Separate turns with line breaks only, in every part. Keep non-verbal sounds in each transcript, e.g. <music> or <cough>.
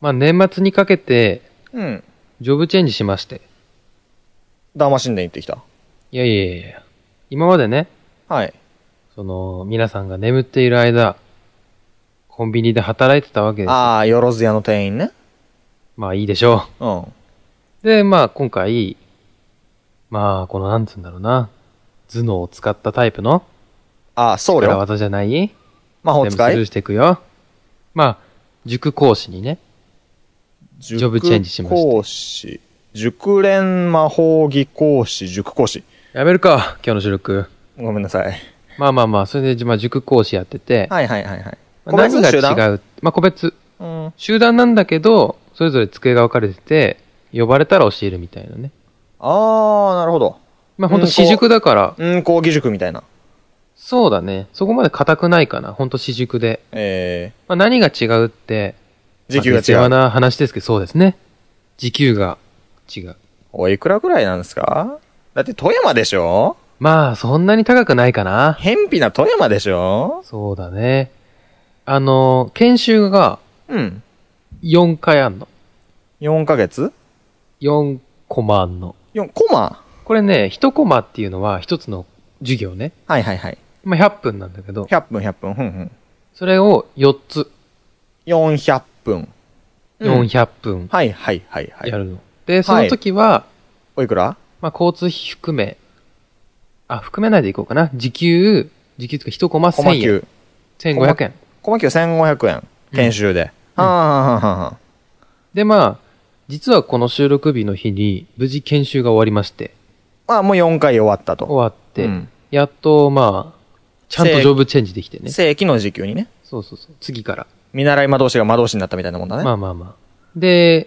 まあ年末にかけて、
うん。
ジョブチェンジしまして。
ダーマ神殿行ってきた。
いやいやいやいや今までね、
はい。
その、皆さんが眠っている間、コンビニで働いてたわけです。
ああ、よろず屋の店員ね。
まあいいでしょ
うん。
う。で、まあ今回、まあこのなんつうんだろうな、頭脳を使ったタイプの、
ああ、僧
裏
侶
技じゃない
魔法
全部ス
使
ルー
い
していくよ。まあ、塾講師にね、
ジ
ジョブチェンジしました
講師。熟練魔法技講師、塾講師。
やめるか、今日の収録。
ごめんなさい。
まあまあまあ、それで、まあ塾講師やってて、
はいはいはいはい。
まあ
個別
何が
集団
違う、まあ個別、
うん。
集団なんだけど、それぞれ机が分かれてて、呼ばれたら教えるみたいなね。
ああ、なるほど。
まあほんと私塾だから、
うん、講義塾みたいな。
そうだね。そこまで硬くないかな。ほんと私塾で。
え
まあ何が違うって、
ー、時給が
まあ
違
世話
う。
な話ですけど、そうですね。時給が違う。
おいくらくらいなんですかだって富山でしょ
まあそんなに高くないかな。
偏僻な富山でしょ
そうだね。あの、研修が
うん。
4回あんの。
4ヶ月
4コマあんの。
?4 コマ
これね、1コマっていうのは1つの授業ね。
はいはいはい。
まあ100分なんだけど、
100分100分。ふんふん。
それを4つ、
400分。うん
400分
はいはいはいは
や
い。
るの。で、その時は、
おいくら
まあ交通費含め、あ、含めないでいこうかな。時給、時給というか1コマ
コマ
1000円。
9。
1500円。
コマ9 1500円。研修で。
うん
はあはあはあはあ
で、まあ、実はこの収録日の日に、無事研修が終わりまして、
まあもう4回終わったと。
終わって、
うん
やっと、まあ、ちゃんとジョブチェンジできてね。
正規の時給にね。
そうそうそう。次から。
見習い魔導士が魔導士になったみたいなもんだね。
まあまあまあ。で、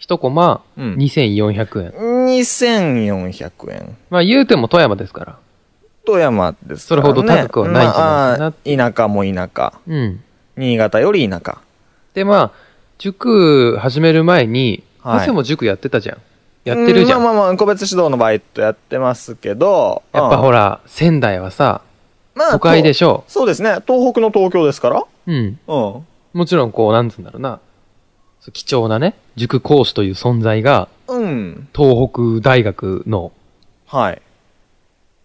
1コマ、
うん
2400円。
2400円。
まあ言うても富山ですから。
富山ですか
それ
ら、ね。
ほど高くはないんじゃないかな
まあ、田舎も田舎。
うん。
新潟より田舎。
で、まあ、塾始める前に、
はい
先生も塾やってたじゃん。やってるじゃん。
うまあまあまあ、個別指導のバイトやってますけど。
やっぱ
うん
ほら、仙台はさ、
まあ
都会で
と
しょ。
そうですね。東北の東京ですから。
うん。
うん。
もちろんこう、なんつうんだろうな。そう貴重なね、塾講師という存在が、
うん。
東北大学の、
はい。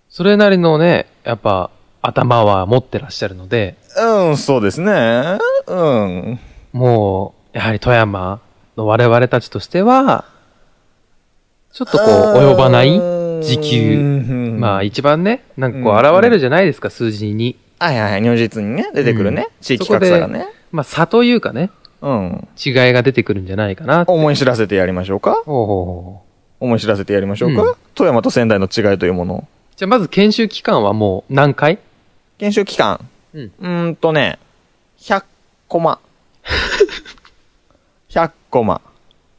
それなりのね、やっぱ、頭は持ってらっしゃるので、
うん、そうですね。うん。
もう、やはり富山の我々たちとしては、ちょっとこう、及ばない、時給
給
まあ
はい
一番ね、なんかこう、
うん
現れるじゃないですか、数字に。
はいはい、如実にね、出てくるね。地域格差がね。
まあ差というかね、
うん。
違いが出てくるんじゃないかな。ほう
思い知らせてやりましょうか
ほうほう
思い知らせてやりましょうか、
うん
富山と仙台の違いというものを。
じゃあまず研修期間はもう何回
研修期間。
うん
うーんとね、100コ
<laughs>
マ。100コマ。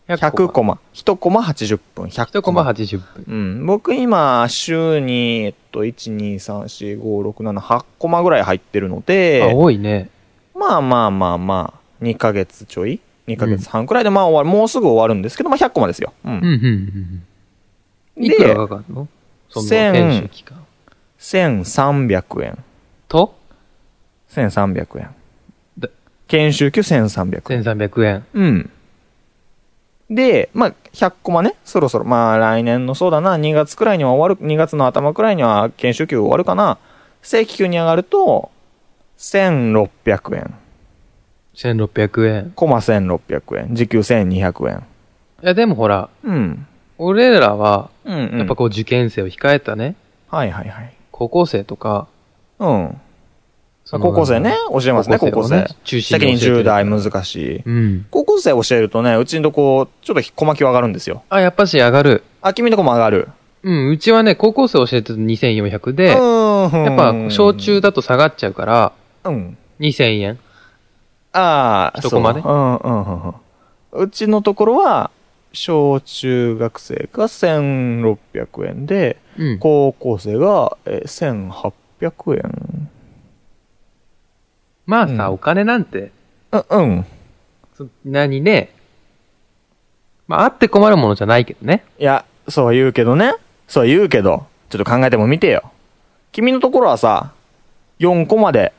100コマ。1コマ80分。100
1
コ
コ
マ
マ80分。
うん。僕今、週に、えっと、1、2、3、4、5、6、7、8コマぐらい入ってるの
あ、
で、
多いね。
まあまあまあまあ、2ヶ月ちょい ?2 ヶ月半くらいで、まあ終わる、もうすぐ終わるんですけど、まあ100コマですよ。う
うん
ん。
うんうんうん。いくら
で、
かかるのその
千
研修期間。
1300円。
と、
1300円
で。
研修給1300円。
1300円。
うん。で、まあ、100コマね、そろそろ、まあ、来年のそうだな、2月くらいには終わる、2月の頭くらいには研修給終わるかな。正規給に上がると、1600円。
1600円。
コマ1600円。時給1200円。
いやでもほら、
うん。
俺らは、
うん、うん。
やっぱこう受験生を控えたね、
はいはいはい。
高校生とか、
うん。
その
高校生ね、教えますね、高校
を
生。
中心
責任
に教えて
重
る
大難しい。
うん。
高校生教えるとね、うちのとこ、ちょっと小巻きは上がるんですよ。
あ、やっぱし上がる。
あ、君のとこも上がる。
うん、うちはね、高校生教えてると2400
う
で、
ーん。
やっぱ小中だと下がっちゃうから、
うん。
2000円。
ああ、
一コマね
そううんうんうんうん。うちのところは、小中学生が1600円で、
うん。
高校生がえー1800円。
まあさ、
うん
お金なんて、
うん、うん。
そんなにね、まああって困るものじゃないけどね。
いや、そうは言うけどね。そうは言うけど、ちょっと考えてもみてよ。君のところはさ、4コマで、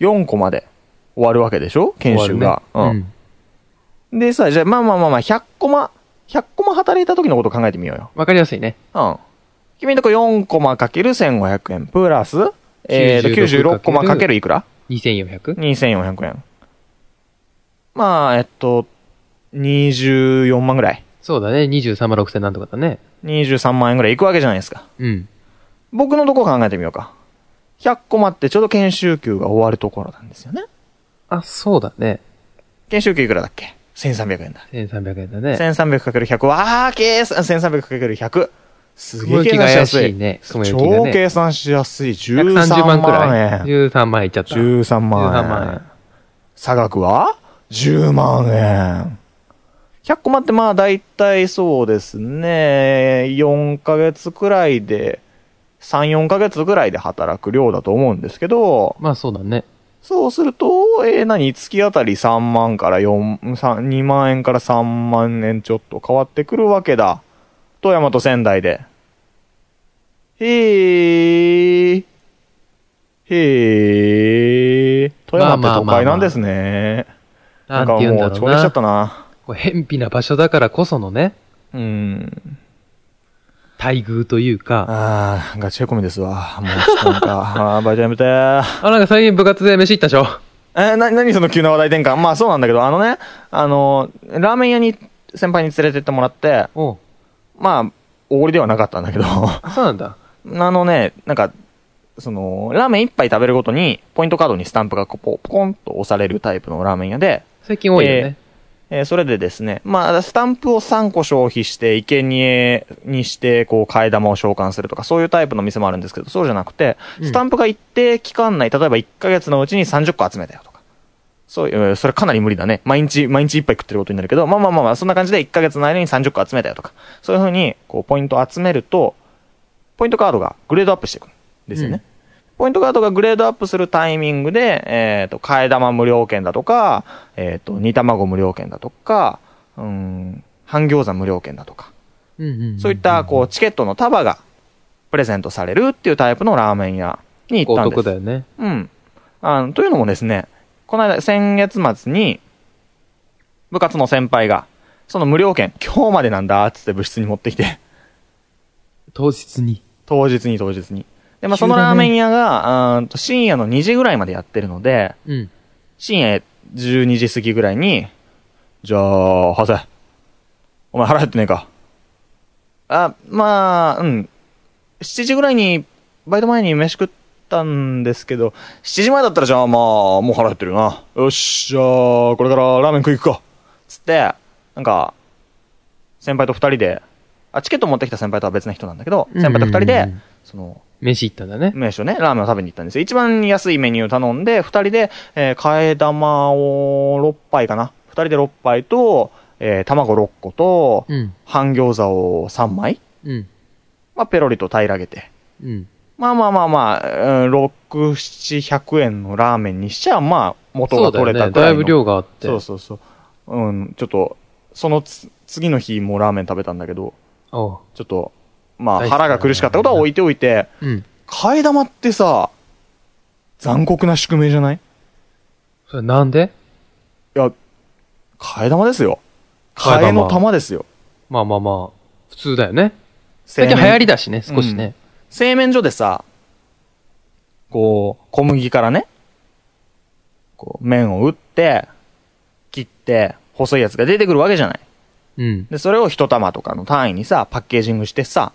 4コマで終わるわけでしょ研修が。
終わ
う
る
ん。
ね
でさ、じゃあ、まあまあまあまあ、100コマ、100コマ働いた時のこと考えてみようよ。
わかりやすいね。
うん。君のとこ4コマかける1500円、プラス、えーと、96コマかけるいくら
2400?
?2400 円。まあ、えっと、24万ぐらい。
そうだね。23万6000なんとかだね。
23万円ぐらいいくわけじゃないですか。
うん。
僕のとこ考えてみようか。100コマってちょうど研修給が終わるところなんですよね。
あ、そうだね。
研修給いくらだっけ ?1300 円だ。
1300円だね。
1300×100 は、あー、計算、1300×100。すげえ計算しやすい。
ね。雲行きが
超
ね。
計算しやすい。
130
13
万
万
くらい。
円。
13万いっちゃった。
13万円。
13万円
差額は ?10 万円。100コマってまあ大体そうですね。4ヶ月くらいで、3、4ヶ月くらいで働く量だと思うんですけど、
まあそうだね。
そうすると、えー何月あたり3万から4、3 2万円から3万円ちょっと変わってくるわけだ。富山と仙台で。へー。へー。富山って都会なんですね。
な
なんん
て
か
言うん
も
だ
う
ろう
超越しちゃ
な。
ったな。
こう偏僻な場所だからこそのね、
うん。
待遇というか。
あー、ガチへこみですわ。もうちょっとなんか、 <laughs> あーバイトやめてー。
あ、なんか最近部活で飯行ったでしょ
えーな、何その急な話題転換まあそうなんだけど、あのね、あの、ラーメン屋に先輩に連れてってもらって、
おう
まあ、おごりではなかったんだけど、 <laughs> あ
そうなんだ。
のね、なんか、その、ラーメン一杯食べるごとに、ポイントカードにスタンプがこうポポコンと押されるタイプのラーメン屋で、
最近多いよね。
えーそれでですね、まあ、スタンプを3個消費して、生贄にして、こう、替え玉を召喚するとか、そういうタイプの店もあるんですけど、そうじゃなくて、
うん
スタンプが一定期間内、例えば1ヶ月のうちに30個集めたよとか。そういう、それかなり無理だね。毎日、毎日いっぱい食ってることになるけど、まあまあまあまあ、そんな感じで1ヶ月の間に30個集めたよとか。そういうふうに、こう、ポイントを集めると、ポイントカードがグレードアップしていくんですよね。
うん
ポイントカードがグレードアップするタイミングで、えっ、と、替え玉無料券だとか、えっ、と、煮卵無料券だとか、うーん、半餃子無料券だとか、
うんうんん
そういった、こう、チケットの束がプレゼントされるっていうタイプのラーメン屋に行
お
ったんで
得
す。
だよね。
うん。あの、というのもですね、この間、先月末に、部活の先輩が、その無料券、今日までなんだ、つって部室に持ってきて、
当日に。
当日に当日に。で、まあ、
急
そ
だね
のラーメン屋が、あーんと深夜の2時ぐらいまでやってるので、
うん。
深夜12時過ぎぐらいに、じゃあ、ハセ、お前腹減ってねえか。あ、まあ、うん。7時ぐらいに、バイト前に飯食ったんですけど、7時前だったらじゃあまあ、もう腹減ってるな。よし、じゃあ、これからラーメン食い行くか。つって、なんか、先輩と二人で、あ、チケット持ってきた先輩とは別な人なんだけど、先輩と二
うんう
人
んう
で
ん、
その、
飯行ったんだね。
名所ね、ラーメンを食べに行ったんですよ。一番安いメニュー頼んで、二人で、えー替え玉を6杯かな。二人で6杯と、えー卵6個と、
うん。
半餃子を3枚、
うん。
まあ、ペロリと平らげて。
うん。
まあまあまあまあ、うん、6、7、100円のラーメンにしちゃ、まあ、元
そう
が
だよ
取れ
ね。
たく
だ
ら
い
いの
ぶ量があって。
そうそうそう。うん、ちょっと、そのつ次の日もラーメン食べたんだけど、
おう
ちょっと、
大
ま
好
あ
きだね
腹が苦しかったことは置いておいて、
うん。
替え玉ってさ、残酷な宿命じゃない
それなんで
いや、替え玉ですよ。
替え玉
替えの玉ですよ。
まあまあまあ、普通だよね。
製
最近
麺
流行りだしね、少しね。
製麺所でさ、こう、小麦からね、こう、麺を打って、切って、細いやつが出てくるわけじゃない。
うん。
で、それを一玉とかの単位にさ、パッケージングしてさ、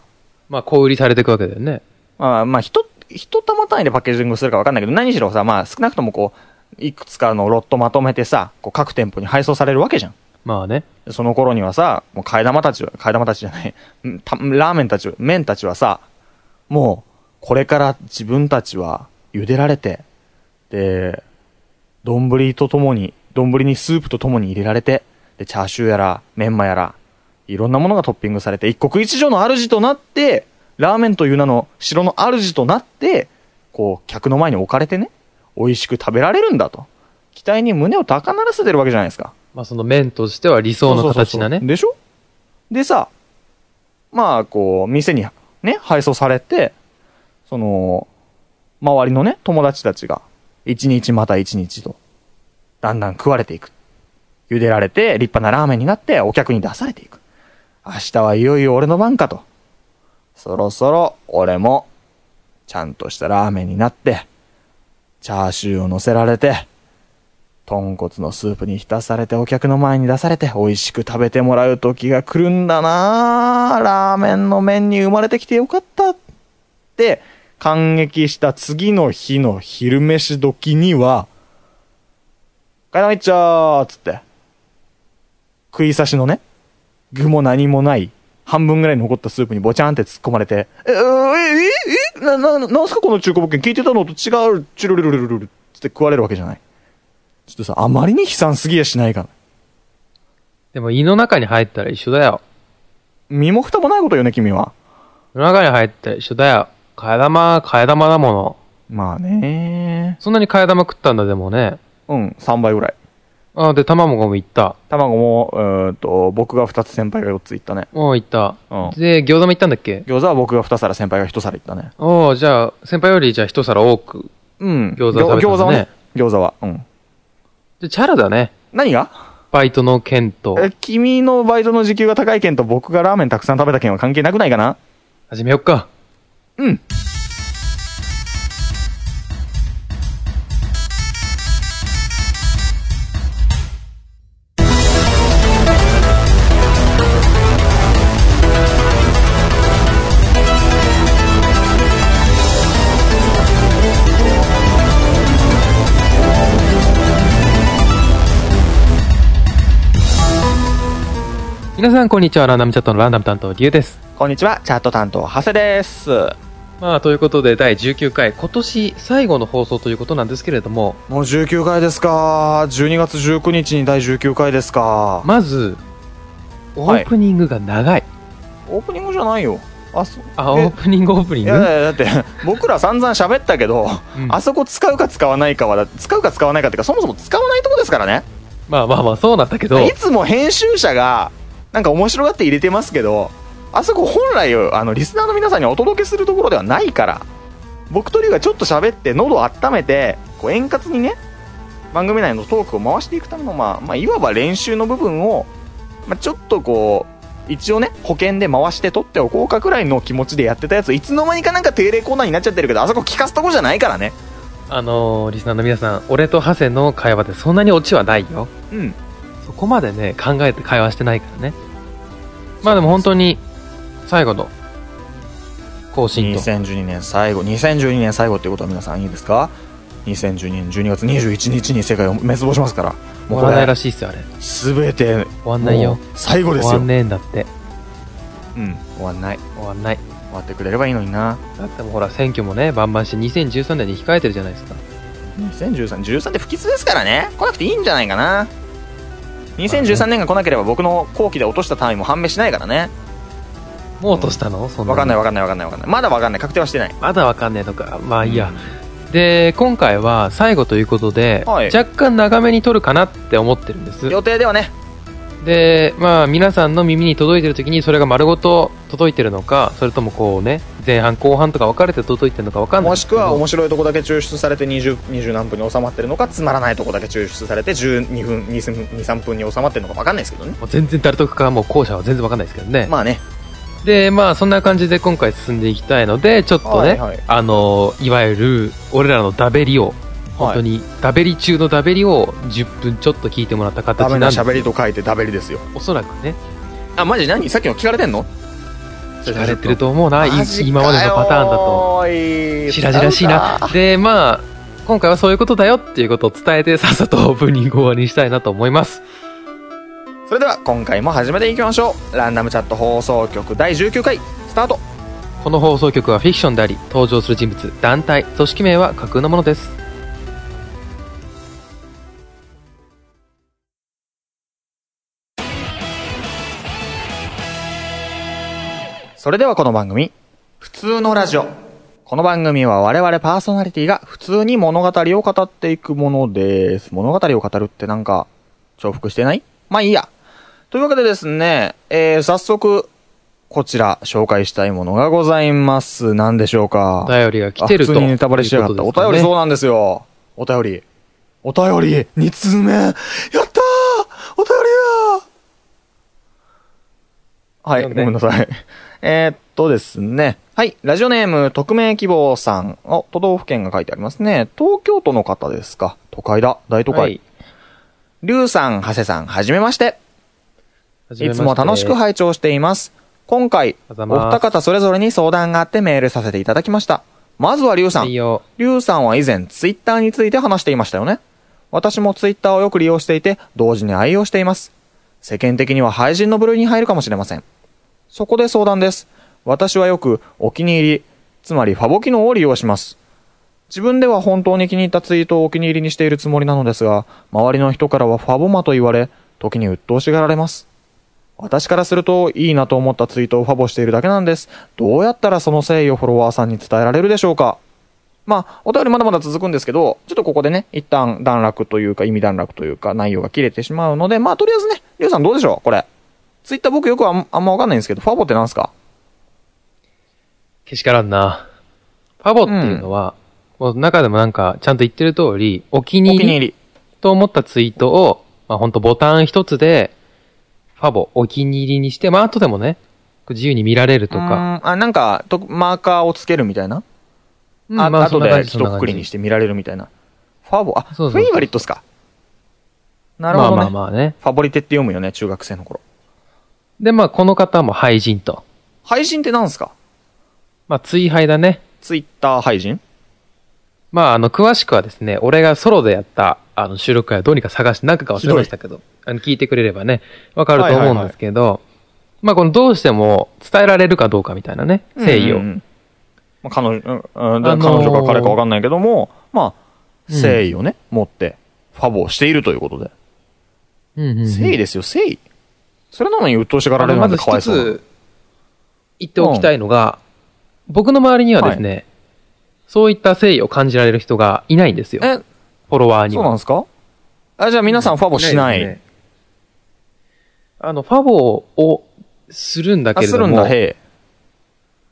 まあ、小売りされていくわけだよね。
まあ、まあ、一、一玉単位でパッケージングするかわかんないけど、何しろさ、まあ、少なくともこう、いくつかのロットまとめてさ、こう、各店舗に配送されるわけじゃん。
まあね。
その頃にはさ、もう替え玉たちは、替え玉たちじゃない、んたラーメンたちは、麺たちはさ、もう、これから自分たちは茹でられて、で、丼とともに、丼にスープとともに入れられて、で、チャーシューやら、メンマやら、いろんなものがトッピングされて、一国一城の主となって、ラーメンという名の城の主となって、こう、客の前に置かれてね、美味しく食べられるんだと。期待に胸を高鳴らせてるわけじゃないですか。
まあ、その面としては理想の形だね。
でしょでさ、まあ、こう、店にね、配送されて、その、周りのね、友達たちが、一日また一日と、だんだん食われていく。茹でられて、立派なラーメンになって、お客に出されていく。明日はいよいよ俺の番かと。そろそろ、俺も、ちゃんとしたラーメンになって、チャーシューを乗せられて、豚骨のスープに浸されてお客の前に出されて美味しく食べてもらう時が来るんだなぁラーメンの麺に生まれてきてよかったって感激した次の日の昼飯時には、かいなみっちょーっつって、食い差しのね、具も何もない、半分ぐらい残ったスープにぼちゃんって突っ込まれて、え、え、え、え、な、な、なんすかこの中古物件聞いてたのと違う、チュルルルルルルって食われるわけじゃない。ちょっとさ、あまりに悲惨すぎやしないかな。
でも胃の中に入ったら一緒だよ。
身も蓋もないことよね、君は。
胃の中に入ったら一緒だよ。替え玉、替え玉だもの。
まあね
そんなに替え玉食ったんだでもね。
うん、3倍ぐらい。
あ、で、卵も行った。
卵も、うーんと、僕が2つ、先輩が4ついったね。
もう行った。
うん。
で、餃子も行ったんだっけ
餃子は僕が2皿、先輩が1皿いったね。
おおじゃあ、先輩よりじゃあ一皿多く。
うん。
餃子食べ
餃
たん
子
だ
はね
ね。
餃子は。うん。
で、チャラだね。
何が
バイトの件と。
え君のバイトの時給が高い件と僕がラーメンたくさん食べた件は関係なくないかな
始めよっか。
うん。
皆さん、こんにちは。ランダムチャットのランダム担当、リュウです。
こんにちは、チャット担当、長谷です。
まあ、ということで、第19回、今年最後の放送ということなんですけれども、
もう19回ですか。12月19日に第19回ですか。
まず、オ
はい
ープニングが長い。
オープニングじゃないよ。あ、そう。
あ、
え
オープニング、オープニン
い
グ
やいやだって僕ら散々喋ったけど、
うん
あそこ使うか使わないかはだ使うか使わないかっていうかそもそも使わないとこですからね
まあまあまあ、そうなんだけど、
いつも編集者がなんか面白がって入れてますけどあそこ本来あのリスナーの皆さんにお届けするところではないから僕と龍がちょっと喋って喉を温めてこう円滑にね番組内のトークを回していくための、まあまあ、いわば練習の部分を、まあ、ちょっとこう一応ね保険で回して取っておこうかくらいの気持ちでやってたやついつの間にかなんか定例コーナーになっちゃってるけどあそこ聞かすとこじゃないからね
あのーリスナーの皆さん、俺とハセの会話でそんなにオチはないよ。
うん
そこまでね、考えて会話してないからね。まあでも本当に、最後の、更新と。
2012年最後2012年最後っていうことは皆さんいいですか2012年12月21日に世界を滅亡しますから
終
もう
わ
こ
らない
れ
らしいっすよ、あれ。
全て
終わんないよ
もう。最後です
終わ
よ、
んねえんだって。
うん、終わんない
終わんない。
終わってくれればいいのにな
だってもうほら、選挙もね、バンバンして2013年に控えてるじゃないですか。
201313って不吉ですからね来なくていいんじゃないかな2013年が来なければ僕の後期で落とした単位も判明しないからね
もう落としたのそんな
わかんない
い。
わかんないわかんないわかんないまだわかんない確定はしてない
まだわかんねえのか。まあいいや。で、今回は最後ということで、
はい
若干長めに撮るかなって思ってるんです。
予定ではね
で、まあ皆さんの耳に届いてる時にそれが丸ごと届いてるのか、それともこうね、前半後半とか分かれて届いてるのか分かんないん
も
で
し
すけ
く
ど。
は面白いとこだけ抽出されて 20, 20何分に収まってるのかつまらないとこだけ抽出されて12分23分に収まってるのか分かんないですけどね
もう全然誰得かもう後者は全然分かんないですけどね。
まあね
で、まあそんな感じで今回進んでいきたいので、ちょっとね、
はいはい
あの、いわゆる俺らのダベリを、本当に、ダベリ中のダベリを10分ちょっと聞いてもらった形
ダ
な
メ
んで
な
す
喋りと書いてダベリですよ
おそらくね、
あマジ何さっきの聞かれてんの
聞かれてると思うな、い今までのパターンだと。
と
しらじらしいな。で、まあ、今回はそういうことだよっていうことを伝えて、さっさとオープニング終わりにしたいなと思います。
それでは今回も始めていきましょうランダムチャット放送局第19回スタート
この放送局はフィクションであり、登場する人物、団体、組織名は架空のものです。
それではこの番組、普通のラジオ。この番組は我々パーソナリティが普通に物語を語っていくものです。物語を語るってなんか、重複してないまあいいや。というわけでですね、えー、早速、こちら、紹介したいものがございます。何でしょうか
お便りが来てると
あ普通にネタバレしやがった。お便りそう
う
なんですよ。お便り。お便り、2通目。やったーおはい、
読んで
ごめんなさい。えーっとですね。はい、ラジオネーム、匿名希望さん。お、都道府県が書いてありますね。東京都の方ですか。都会だ。大都
は
会
い。。
りゅうさん、はせさん、はじめまして。
はじめ
い
ま
つ
て
も楽しく拝聴しています。今回、
あ
お
りがとうございます
二方それぞれに相談があってメールさせていただきました。まずはりゅうさん
いい。よ。
リュウさんは以前ツイッターについて話していましたよね。私もツイッターをよく利用していて、同時に愛用しています。世間的には廃人の部類に入るかもしれません。そこで相談です。私はよくお気に入り、つまりファボ機能を利用します。自分では本当に気に入ったツイートをお気に入りにしているつもりなのですが、周りの人からはファボマと言われ、時に鬱陶しがられます。私からすると、いいなと思ったツイートをファボしているだけなんです。どうやったらその誠意をフォロワーさんに伝えられるでしょうかまあ、お便りまだまだ続くんですけど、ちょっとここでね、一旦段落というか、意味段落というか、内容が切れてしまうので、まあ、とりあえずね、りょうさんどうでしょうこれ。ツイッター僕よくあんあんまわかんないんですけど、ファボってなんすか
けしからんな。ファボっていうのは、もう中でもなんか、ちゃんと言ってる通り、お気
お気
に
に
入り
入り。
と思ったツイートを、まあほんとボタン一つで、ファボ、お気に入りにして、まあ後でもね、こう自由に見られると
う
か。
ーんあ、なんか、とマーカーをつけるみたいな。
うん
あ、
ま
後
そんな
で
感じ
一括りにして見られるみたいな。ファボ、あ、
そうそうそう
フェイバリットっすか。なるほどね。
まあまあまあね。
ファボリテって読むよね、中学生の頃。
で、まあこの方も廃人と。
配信ってなんすか
まあ追廃だね。
ツイッター配信
まああの、詳しくはですね、俺がソロでやった、あの、収録会をどうにか探して、なんか忘れましたけど、あの、聞いてくれればね、わかると思うんですけど、まあこのどうしても伝えられるかどうかみたいなね、誠意を。
うんうんまあ、彼女、うんうん
あのー
彼女か彼かわかんないけども、まあ、
うん
誠意をね、持って、ファボをしているということで。
うんうんうん
誠意ですよ、誠意。それなのに鬱陶しがられる
あの
な
ま
んて
ず
かわ
一
いそう
つ言っておきたいのが、僕の周りにはですね、そういった誠意を感じられる人がいないんですよ。
な。え、
フォロワーに
そう
は。
なんですかあ、じゃあ皆さんファボしない。
ですねあの、ファボをするんだ
あ、
けれ
す
ど
るん
も
だ、、へえ。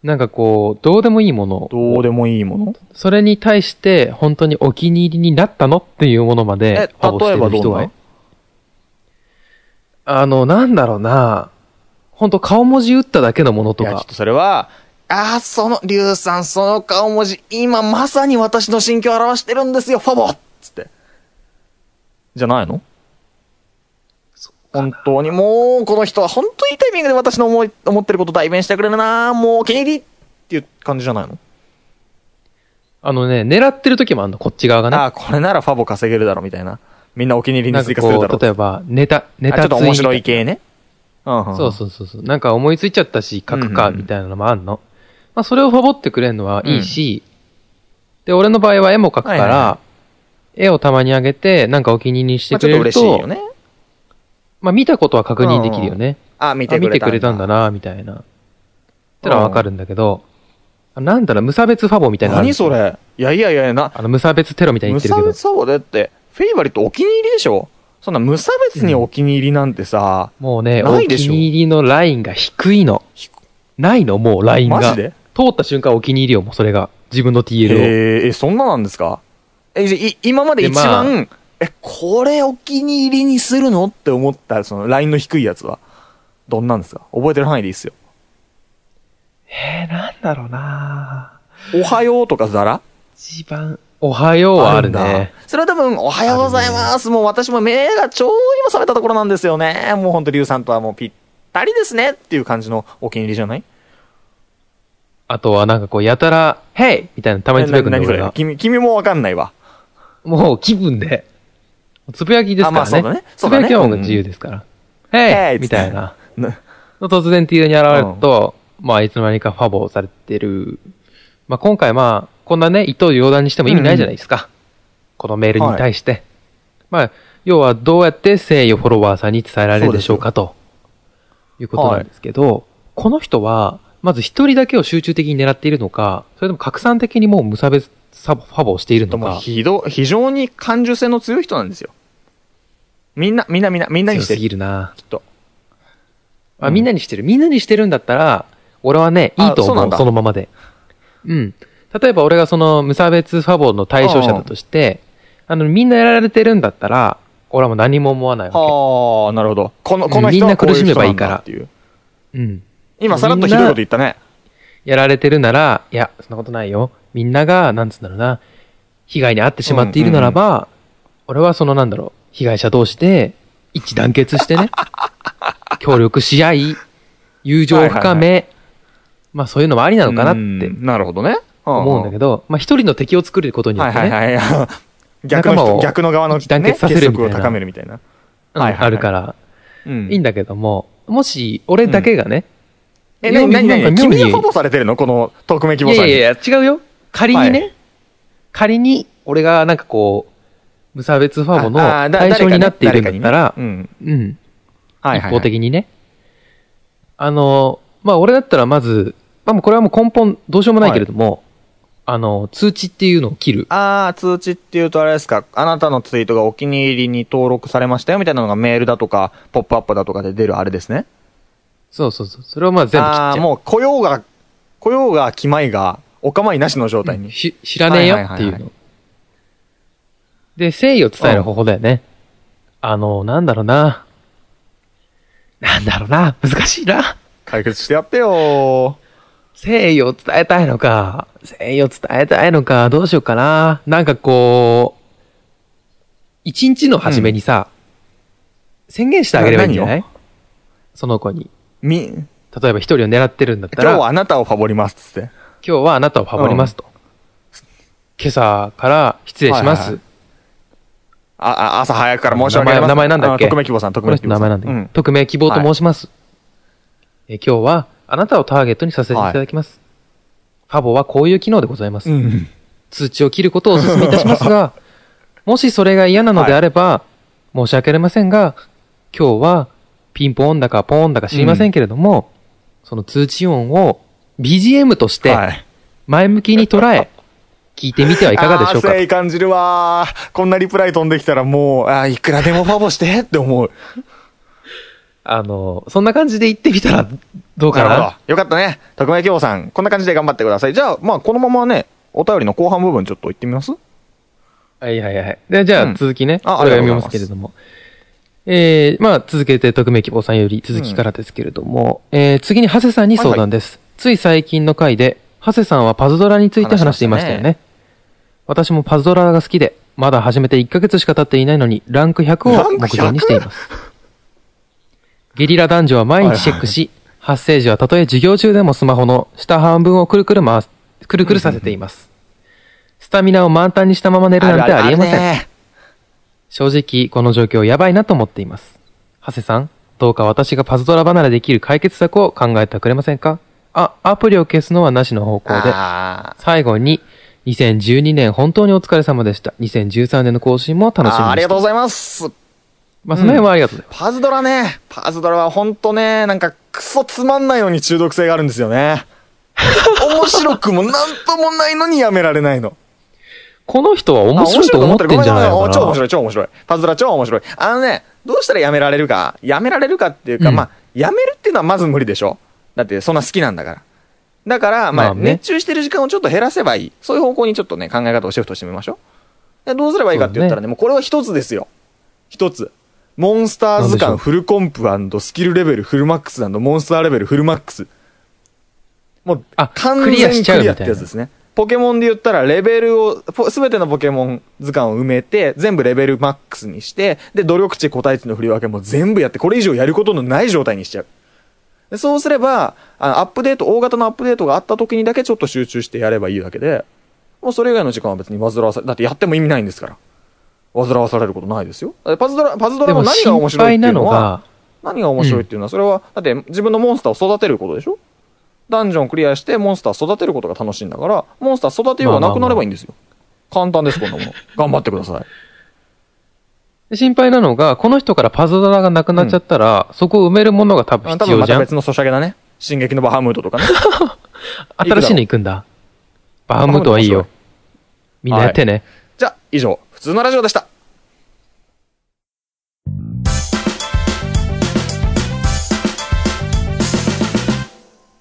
なんかこう、どうでもいいもの
どうでもいいもの
それに対して、本当にお気に入りになったのっていうものま
え、例
で、ファボして
えば
る
ど
人
ん
が
な
あの、なんだろうな本当顔文字打っただけのもの
い
と
や、ちょっ
か。
とそれは、あー、その、リュウさん、その顔文字、今まさに私の心境を表してるんですよ、ファボつって。じゃないの本当に、もう、この人は本当にいいタイミングで私の思い、思ってること代弁してくれるなもうお気に入りっていう感じじゃないの、
あのね、狙ってる時もあるの、こっち側がね。
ああ、これならファボ稼げるだろ、みたいな。みんなお気に入り
な
に
ん
追
か
加する
こ
だろ
う、例えば、ネタ、ネ
あち
タ
ょっと
ツイ
面白い
みた
系ね。うんうんう。
なんそうそうそうそう。なんか思いついちゃったし、書くか、
うんうんうん
みたいなのもあんの。まあ、それをファボってくれるのはいいし、で、俺の場合は絵も描くか
はいはい
ら
は、
絵をたまにあげて、なんかお気に入りにし
ま
て
あち
く
ょっ
れ
と
る
嬉しい
と、
よね。
まあ、見たことは確認できるよね。
あ、見
あ
てく
見
れ
て
た。
くれたんだ
な。
な、みたいな。ってのはわかるんだけど、なんだろう、無差別ファボみたいなのあるん
何
です
そ
よ。
れいやいやいや、な、
あの、無差別テロみたいに言
無
ってる
差
けど
別。サボだって、フェイバリットお気に入りでしょそんな無差別にお気に入りなんてさ、
もうね、お
ない
気
でしょ
に入りのラインが低いの。
低
ないの、もうラインが。
マジで
通った瞬間お気に入りよ、もうそれが。自分の TL を。
へーえ、そんななんですかえ、じゃあい今まで一番、
で
え、これお気に入りにするのって思った、その、ラインの低いやつは、どんなんですか覚えてる範囲でいいっすよ。
えー、なんだろうな
おはようとかザラ
一番、おはようはあるね。。
それは多分、おはようございます。もう私も目がちょうど今覚めたところなんですよね。もうほんと、リュウさんとはもうぴったりですねっていう感じのお気に入りじゃない
あとはなんかこう、やたら、ヘイみたいなのたまにつぶやくんだよ、
な何そ
俺
れ
が。
君、君もわかんないわ。
もう気分で。つぶやきですからね。
あまあそうだね
つ
そう
ぶ
だ
や
ね
きはもう自由ですから。
ヘ
ヘイ
イ
みたいな。
な
の突然 TL に現れると、まあいつの間にかファボされてる。まあ今回まあ、こんなね、一刀両断にしても意味ないじゃないですか。このメールに対して。まあ、要はどうやって誠意をフォロワーさんに伝えられるでしょうかと、いうことなんですけど、この人は、まず一人だけを集中的に狙っているのか、それとも拡散的にもう無差別サボファボをしている
と
の
もう
か、
ひど、非常に感受性の強い人なんですよ。みんな、みんなみんな、みんなに
強
して
すぎ
る。
るな。
きっと。
あ、
うん
みんなにしてる。みんなにしてるんだったら、俺はね、いいと
あそう
思
な
う。
ん
そ
だ
のままで。うん。例えば俺がその無差別ファボの対象者だとして、あの、みんなやられてるんだったら、俺はもう何も思わないわけ。
はあ、なるほど。この、
うん
この人はこういう
みんな苦しめばいい
人なんだ
から
っていう。
うん。
今、さらっとひどいこと言ったね。
やられてるなら、いや、そんなことないよ。みんなが、なんつうんだろうな、被害に遭ってしまっているならば、俺はそのなんだろう、被害者同士で、一致団結して
<laughs>
ね、協力し合い、友情を深め、まあそういうのもありなのかなって
うんなるほどね。
思うんだけど、まあ一人の敵を作ることによってね、
はいは
<laughs>
いはい。
仲
逆の
間
人
を
逆の側の、ね、
一致団結させるみたいな
結束を高めるみたいな。
うん
はいはいはい
あるから、
うん
いいんだけども、もし俺だけがね、
え、なになになに
なんか妙に
君がファボされてるのこの匿名希
い
望
や
さんに。
いやいや、違うよ。仮にね、
は
仮に俺がなんかこう、無差別ファボの
ああだ
対象になっているんだったら、
誰かにね
うん、
誰かにねうん。はい
一
はいはい。
方的にね。あの、まあ俺だったらまず、まあもうこれはもう根本どうしようもないけれども、あの、通知っていうのを切る。
あー、通知っていうとあれですか、あなたのツイートがお気に入りに登録されましたよみたいなのがメールだとか、ポップアップだとかで出るあれですね。
そうそうそう。それをまあ全部切っち
あ
ゃ
ー、
う。
もう、雇用が、雇用が、気まいが、お構いなしの状
<laughs>
態に。
し知らねえよ
はいは
っ
いは
て
い
い
はいう
の。で、誠意を伝える方法だよね。あの、なんだろうな。なんだろうな。難しいな。
解決してやってよ
誠意を伝えたいのか、誠意を伝えたいのか、どうしようかな。なんかこう、一日の初めにさ、宣言してあげればいいんじゃないその子に。
み、今
例えば一人を狙ってるんだった
日
ら、
はあなたをファボりますっつって。
今日はあなたをファボりますと。今朝から失礼します。
はいはいはあ、あ、朝早くから申し訳あり
名前
ません。
名前なんだっけ
あの匿名希望さん、匿
この
名希
人
望
の名前
さん。
なんだけど、
うん。
匿名希望と申します、え。今日はあなたをターゲットにさせていただきます。ファボはこういう機能でございます。
うん。
通知を切ることをお勧めいたします
<laughs>
が、もしそれが嫌なのであれば、申し訳ありませんが、今日はピンポンだかポーンだか知りませんけれども、その通知音を BGM として
はい。
前向きに捉
<laughs>
え、聞いてみてはいかがでしょうか
あー。誠意感じるわーこんなリプライ飛んできたらもう、あーいくらでもファボしてって思う。
あの、そんな感じで行ってみたらどうか
な
な
るほど。よかったね。匿名希望さん、こんな感じで頑張ってください。じゃあ、まあ、このままね、お便りの後半部分ちょっと行ってみます
はいはいはい。で、じゃ
う
あ
ん
続きね。
あ
あ、
ありがと
読
う
みま
ございます
すけれども。えー、まあ続けて匿名希望さんより続きからですけれども、えー、次に長谷さんに相談です。つい最近の回で、長谷さんはパズドラについて話していましたよね。
話
私もパズドラが好きで、まだ始めて1ヶ月しか経っていないのに、ランク100
ラ
を
ンク
目
100?
標にしています。ゲリラ男女は毎日チェックし、発生時はたとえ授業中でもスマホの下半分をくるくる回す、くるくるさせています。スタミナを満タンにしたまま寝るなんてありえません。
ね
正直、この状況やばいなと思っています。長谷さん、どうか私がパズドラ離れできる解決策を考えてくれませんかあ、アプリを消すのはなしの方向で。
あ
最後に、2012年本当にお疲れ様でした。2013年の更新も楽しみ
ー
にして
あーありがとう
う
ございます。
まあ、その辺はありがとうございま
パズドラね。パズドラはほんとね、なんかクソつまんないのに中毒性があるんですよね。面白くもなんともないのにやめられないの。
す。この人は面白いと思ってるんじゃない
あ
の
面白と
かな
思ってるごめんごめん超面白い、超面白い。パズドラ超面白い。あのね、どうしたらやめられるか。やめられるかっていうか、
うん
まあ、やめるっていうのはまず無理でしょ。だって、そんな好きなんだから。だから、まあ、
まあね
熱中してる時間をちょっと減らせばいい。そういう方向にちょっとね、考え方をシフトしてみましょう。でどうすればいいかって言ったらね、もうこれは一つですよ。一つ。モンスター
なん
図
でしょ
鑑
う
フルコンプスキルレベルフルマックスモンスターレベルフルマックス。もう、
あ
完
クリ
全
アし
に
ち
ク
ゃうみ
リ
た
ア
いな
ってやつですね。ポケモンで言ったら、レベルを、すべてのポケモン図鑑を埋めて、全部レベルマックスにして、で、努力値、個体値の振り分けも全部やって、これ以上やることのない状態にしちゃう。でそうすれば、あの、アップデート、大型のアップデートがあった時にだけちょっと集中してやればいいだけで、もうそれ以外の時間は別に煩わされ、だってやっても意味ないんですから。煩わされることないですよ。だってパズドラ、パズド
で
ラの
も
何が面
心
白い
配
ってい
な
うの
の
は、
が、
何が面白いっていうのは、それは、だって自分のモンスターを育てることでしょダンジョンクリアしてモンスター育てることが楽しいんだから、モンスター育てようがなくなればいいんですよ。簡単です、こんなもの。頑張ってください。
心配なのが、この人からパズドラがなくなっちゃったら、そこを埋めるものが多分
あ多
<laughs> 必
分
要
ま
じゃ
た
ん。
別のソシャゲだね。進撃のバハムートとか
<laughs>
ね。
新しいの行くんだ。バハムートはいい
バハムート
よ。
面白い
みんなやってね。
じゃあ、以上、普通のラジオでした。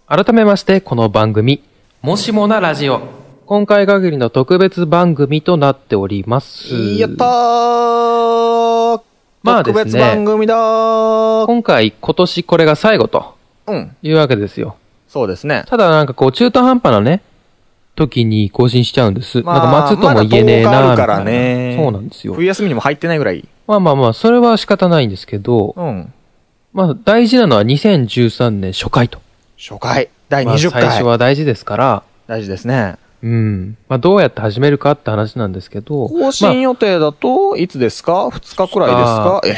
改めまして、この番組、もしもなラジオ。今回限りの特別番組となっております。
やったー
まあです
特
ね
別番組だー
今回、今年これが最後と
うん。
いうわけですよ。
そうですね。
ただなんかこう中途半端なね、時に更新しちゃうんです。
まあ
なんか待つとも言えねえな
まだ10日あ
み
る
た
か
いな
らね
そうなんですよ。
冬休みにも入ってないぐらい。
まあまあまあ、それは仕方ないんですけど、
うん。
まあ大事なのは2013年初回と。
初回。第
まあ
20
最
回。
初は大事ですから、
大事ですね。
うん。まあどうやって始めるかって話なんですけど、
更新予定だと、いつですか ?2 日くらいですかえ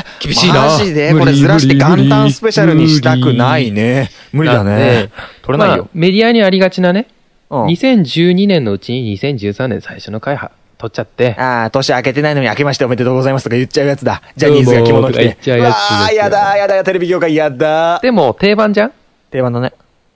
えー、
厳しいな
マジで
無理
これずらして
無理
元旦スペシャルにしたくないね。無理だ
なん
ね
で。
取れない
まあ
よ。
メディアにありがちなね、
うん。
2012年のうちに2013年最初の回は取っちゃって、
ああ、年明けてないのに明けましておめでとうございますとか言っちゃうやつだ。ジャニー
ど
ズ
う
が
も
着物着。
とか言ってちゃうやつですよ
わあ、やだ、やだ、テレビ業界やだ。
でも定番じゃん
定番だね。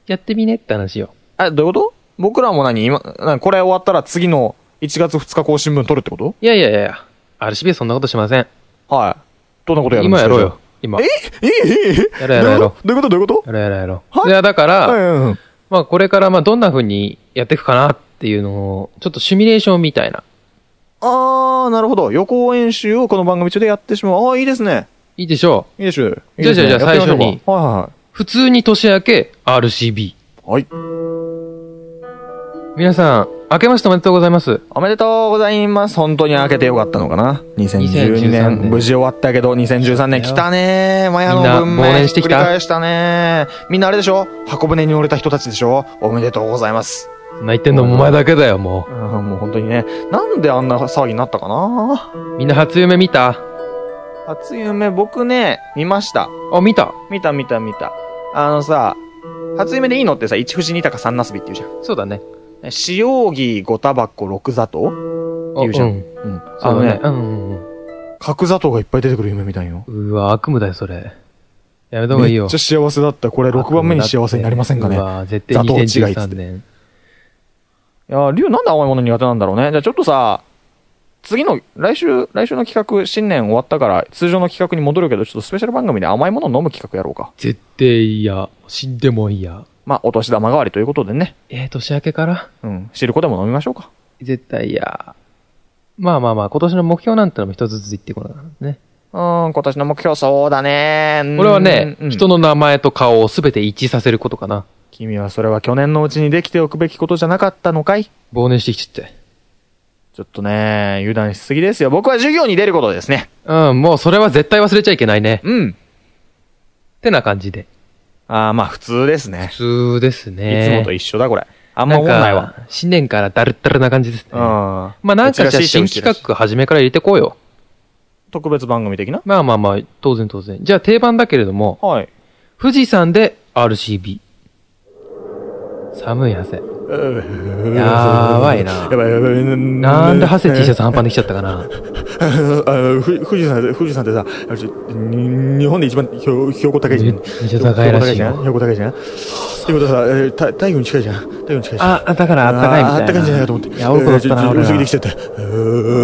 やってみねって話よ。
あ、どういうこと僕らも何今、何これ終わったら次の1月2日更新分取るってこと
いやいやいやいや、RCB そんなことしません。
はい。どんなことやるん
今
です
や
か
ろうよ。。今。
えええ
やろうやろうやろう
どういうことどういうこと
やろうやろうやろう。
はい
いや、だから、
どういうことうんうん。
まあこれからまあどんな風にやっていくかなっていうのを、ちょっとシミュレーションみたいな。
あー、なるほど。予行演習をこの番組中でやってしまう。あー、いいですね。
いいでしょう。
いいですよ。いいですね
じゃあじゃあ
やってみましょ
最
う
初に
かは
普通に年明け RCB。
いはいはい。はい。
皆さん、明けましておめでとうございます。
おめでとうございます。本当に開けてよかったのかな。2012
2013
年、
年
無事終わったけど、2013年来たねー。マヤの文明
みんな忘年してきた
繰り返したねー。みんなあれでしょ箱舟に乗れた人たちでしょおめでとうございます。
泣いてんのもお前だけだよ、も
あーもう本当にね。なんであんな騒ぎになったかな
う。みんな初夢見た
初夢、僕ね、見ました。
あ、見た。
見た見た見た。あのさ、初夢でいいのってさ、一富士二鷹三なすびって言うじゃん。
そうだね。
塩木五タバコ六砂糖
あ
言うじゃん
ん。
うん。あ
そう
の
だね
ね。、
うんうん
角砂糖がいっぱい出てくる夢みたいよ。
うん。うわ、悪夢だよ、それ。やめた方がいい
め
よ
っち。ゃ幸せだった。これ6番目に幸せになりませんかね。
う
い
わ、絶対
座頭違いっつっ
2013
て
年。
や、リュウなんで甘いもの苦手なんだろうね。じゃあちょっとさ、次の、来週、来週の企画、新年終わったから、通常の企画に戻るけど、ちょっとスペシャル番組で甘いもの飲む企画やろうか。
絶対嫌。死んでも嫌。
まあ、お年玉代わりということでね。
えー、年明けから
うん。汁粉でも飲みましょうか。
絶対嫌。まあまあまあ、今年の目標なんてのも一つずつ言ってこなかったね。
うーん、今年の目標そうだね。
これはね、人
の。
の名前と顔をすべて一致させることかな。
君はそれは去年のうちにできておくべきことじゃなかったのかい
忘年してきちゃって。
ちょっとね、油断しすぎですよ。僕は授業に出ることですね。
うん、もうそれは絶対忘れちゃいけないね。
うん。
ってな感じで。
ああ、まあ普通ですね。
普通ですね。
いつもと
い
一緒だ、これ。あんま思んないわ。。
新年からだるったるな感じですね。
うん。
ま
ま
あなんかじゃあ新企画初めから入れてこうよ。
特別番組的な
まあまあまあ、当然当然。じゃあ定番だけれども、
はい。
富士山で RCB。寒い汗。やばいな
やばいやばい。
なんで汗 T シャ
ツ
ツ半端に来ちゃったかな。
富士山で、富士山でさ、あちに日本で一番標標高高いじゃん。
めっちゃ高いらしいよ
標高高いじゃん。標高高いじゃん。ってことはさ、えーた太陽に近いじゃん。太陽に近いじゃん。
あ、だからあったかいみたいな。
あったかいんじゃないかと思って。
いや、俺こだった
えーちょ
な、
っと
俺
薄着
は
てきちゃった。あ
あそう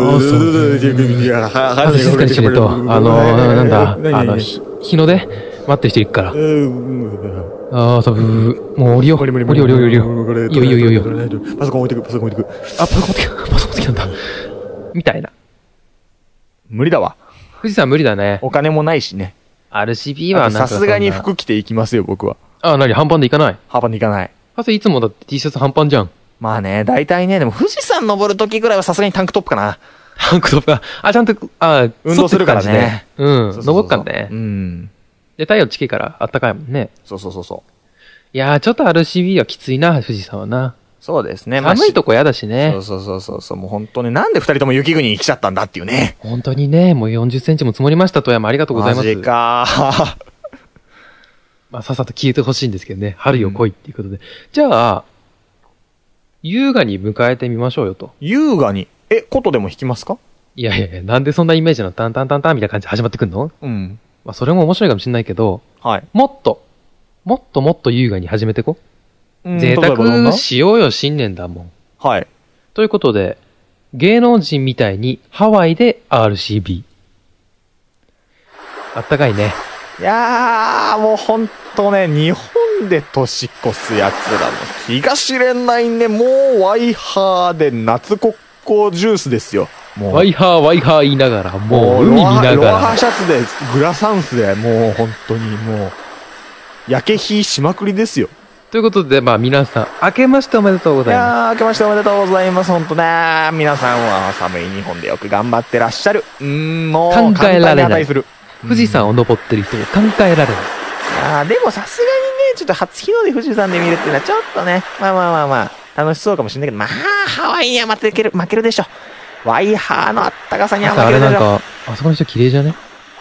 あ
あと静かにしてくれと、あの、なんだ、あの、ひ日の出待ってる人いるから。ああ、そう、もう降りよう。降り
無理無理
よ
無
う、
理。
降りよう、降りよ
これ
う。いいよいいよいいよ。。
パソコン置いてく、パソコン置いてく。
あ、パソコン好きなんだ、パソコン好きなんだ。みたいな。
無理だわ。
富士山無理だね。
お金もないしね。
RCB はなんか
さ
そんな
すがに服着ていきますよ、僕は。
あ、なに半パンで行かない。
幅に行かない。
ハセいつもだって T シャツ半パンじゃん。
まあね、大体ね、でも富士山登る時ぐらいはさすがにタンクトップかな。
タンクトップが、あ、ちゃんと、あ、
運動するからね
反って感じでうん
そ、そそ
登っかんね
う。ん。
で、太陽近いからあったかいもんね。
そうそうそうそう。
いやー、ちょっと RCB はきついな、富士山はな。
そうですね。まあ
寒いとこやだしね
そう。そうそうそうそう、もう本当ね、なんで二人とも雪国に来ちゃったんだっていうね。
本当にね、もう40センチも積もりました、富山。ありがとうございます。
マジか。
まあ、さっさと消えてほしいんですけどね。春よ来いっていうことで。じゃあ、優雅に迎えてみましょうよと。
優雅に。え、ことでも弾きますか
いやいやいや、なんでそんなイメージのタンタンタンタンみたいな感じで始まってくんの
うん。
まあ、それも面白いかもしれないけど、
はい。
もっと、もっともっと優雅に始めてこ。
うん
贅
例えばどんな
沢しようよ、新年だもん。
はい。
ということで、芸能人みたいにハワイで RCB。あったかいね。
いやー、もう本当ね、日本で年越すやつらの気が知れないね。もうワイハーで夏国交ジュースですよ。もう。
ワイハー、ワイハー言いながら、もう海見な
ロアロア
が
ハ
ら。
シャツで、グラサンスで、もう本当にもう、焼け火しまくりですよ。
ということで、まあ皆さん、明けましておめでとうご
い
ざいま
やー、明けましておめでとうございます。ほんとね皆さんは寒い日本でよく頑張ってらっしゃる。うーん、もう、
考えられない
簡単に値する。
す。富士山を登ってる人も考えられない。
あーでもさすがにね、ちょっと初日の出富士山で見るっていうのはちょっとね、まあまあまあまあ、楽しそうかもしれないけど、まあ、ハワイには負ける、負けるでしょ。ワイハーのあったかさには
朝
負
あ
け
れ
る
な
で
ん
しょ。
か、あそこの人綺麗じゃね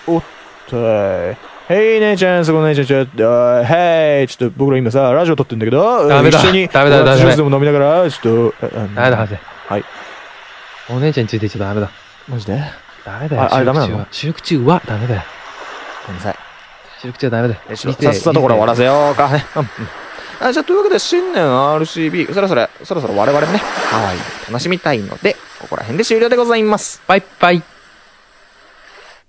はい。へい、姉ちゃん、そこの姉ちゃん、ちょっと、あーへい、ちょっと僕ら今さ、ラジオ撮ってんだけど、
ダメだ
一緒に、
ダメだダメだ
ジュースでも飲みながら、ちょっと、あ
ダメだ、はず。
はい。
お姉ちゃんについていっちゃダメだ。
マジで
ダメだよ。
ああれダメなの
収録中は収録中はダメだよ。
ごめんなさい。
収録中はダメだよ。
さっさとこれ終わらせようかね。うんうんあじゃあ、というわけで、新年 RCB、そろそろ、そろそろ我々もね、ハワイを楽しみたいので、ここら辺で終了でございます。
バイバイ。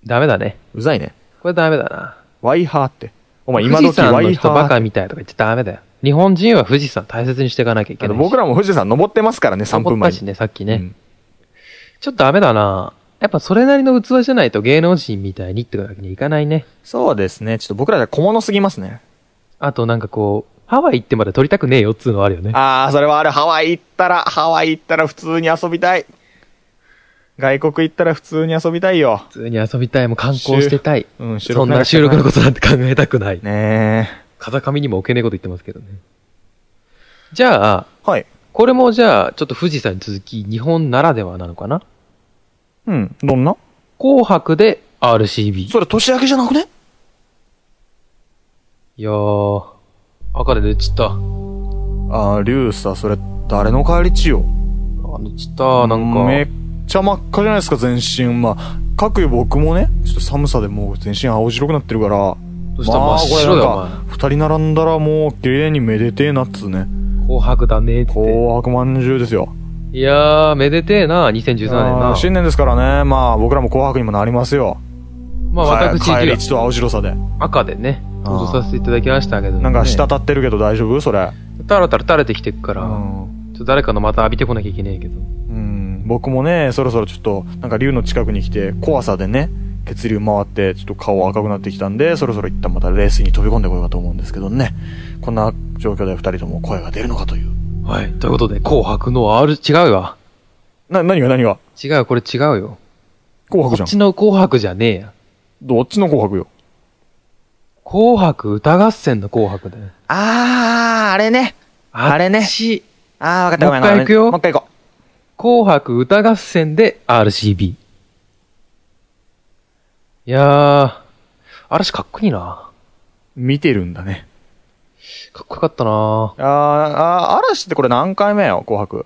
ダメだね。
うざいね。
これダメだな。
ワイハーって。お前、今
富士
時
山
ワ
の
イ
人
ハ
バ
ー。
カみたいとか言っちゃダメだよ。日本人は富士山大切にしていかなきゃいけ
あ
な
の
い。
僕らも富士山登ってますからね、3分
登
前
ったし
に。
ね、さっきね。
うん
ちょっとダメだな。やっぱそれなりの器じゃないと芸能人みたいにってわけにはいかないね。
そうですね。ちょっと僕らじゃ小物すぎますね。
あとなんかこう、ハワイ行ってまで撮りたくねえよっつうのはあるよね。
あー、それはある。ハワイ行ったら、ハワイ行ったら普通に遊びたい。外国行ったら普通に遊びたいよ。
普通に遊びたい、もう観光してたい。
うん、収録
そんな収録のことなんて考えたくない。
ね
風上にも置けねえこと言ってますけどね。じゃあ、
え。はい。
これもじゃあ、ちょっと富士山に続き、日本ならではなのかな
うん、どんな
紅白で RCB。
それ年明けじゃなくね
いやー、赤で出ちった。あ、
あー、リュウさ、それ、誰の帰り地よ。
出ちった、なんか。
めっちゃ真っ赤じゃないですか、全身。まあ、かくよ僕もね、ちょっと寒さでもう全身青白くなってるから、
そしたら真っ白だよ、お前。
二人並んだらもう綺麗にめでてえなっつうね。
紅白だね、つって。
紅白まんじゅうですよ。
いやー、めでてえな、2013年
あー
な。
新年ですからね、まあ僕らも紅白にもなりますよ。
まあ
か
私、
帰り地と青白さで。
赤でね、
あー
登場させていただきましたけど、ね。
なんか滴ってるけど大丈夫それ。
たらたら垂れてきてっか
う
ら、ち
ん。
ょっと誰かのまた浴びてこなきゃいけねえけど。
うん、僕もね、そろそろちょっと、なんか竜の近くに来て、怖さでね、血流回って、ちょっと顔赤くなってきたんで、そろそろ一旦またレースに飛び込んでこようかと思うんですけどね。こんな状況で二人とも声が出るのかという。
はい。ということで、紅白の R、違うわ。
な、何が何が
違う、これ違うよ。
紅
こ
白
っ
じゃ
ち
ん。
の紅白じゃねえや。
どっちの紅白よ。
紅白歌合戦の紅白だよ。
あー、あれね。あれね
あっち
あー、わか
ったもう一回ごめん行くよもう
一回行こ
紅白歌合戦で RCB。いやー、嵐かっこいいな。
う。見てるんだね。
かっこよかったな
あー、あー嵐ってこれ何回目よ、紅白。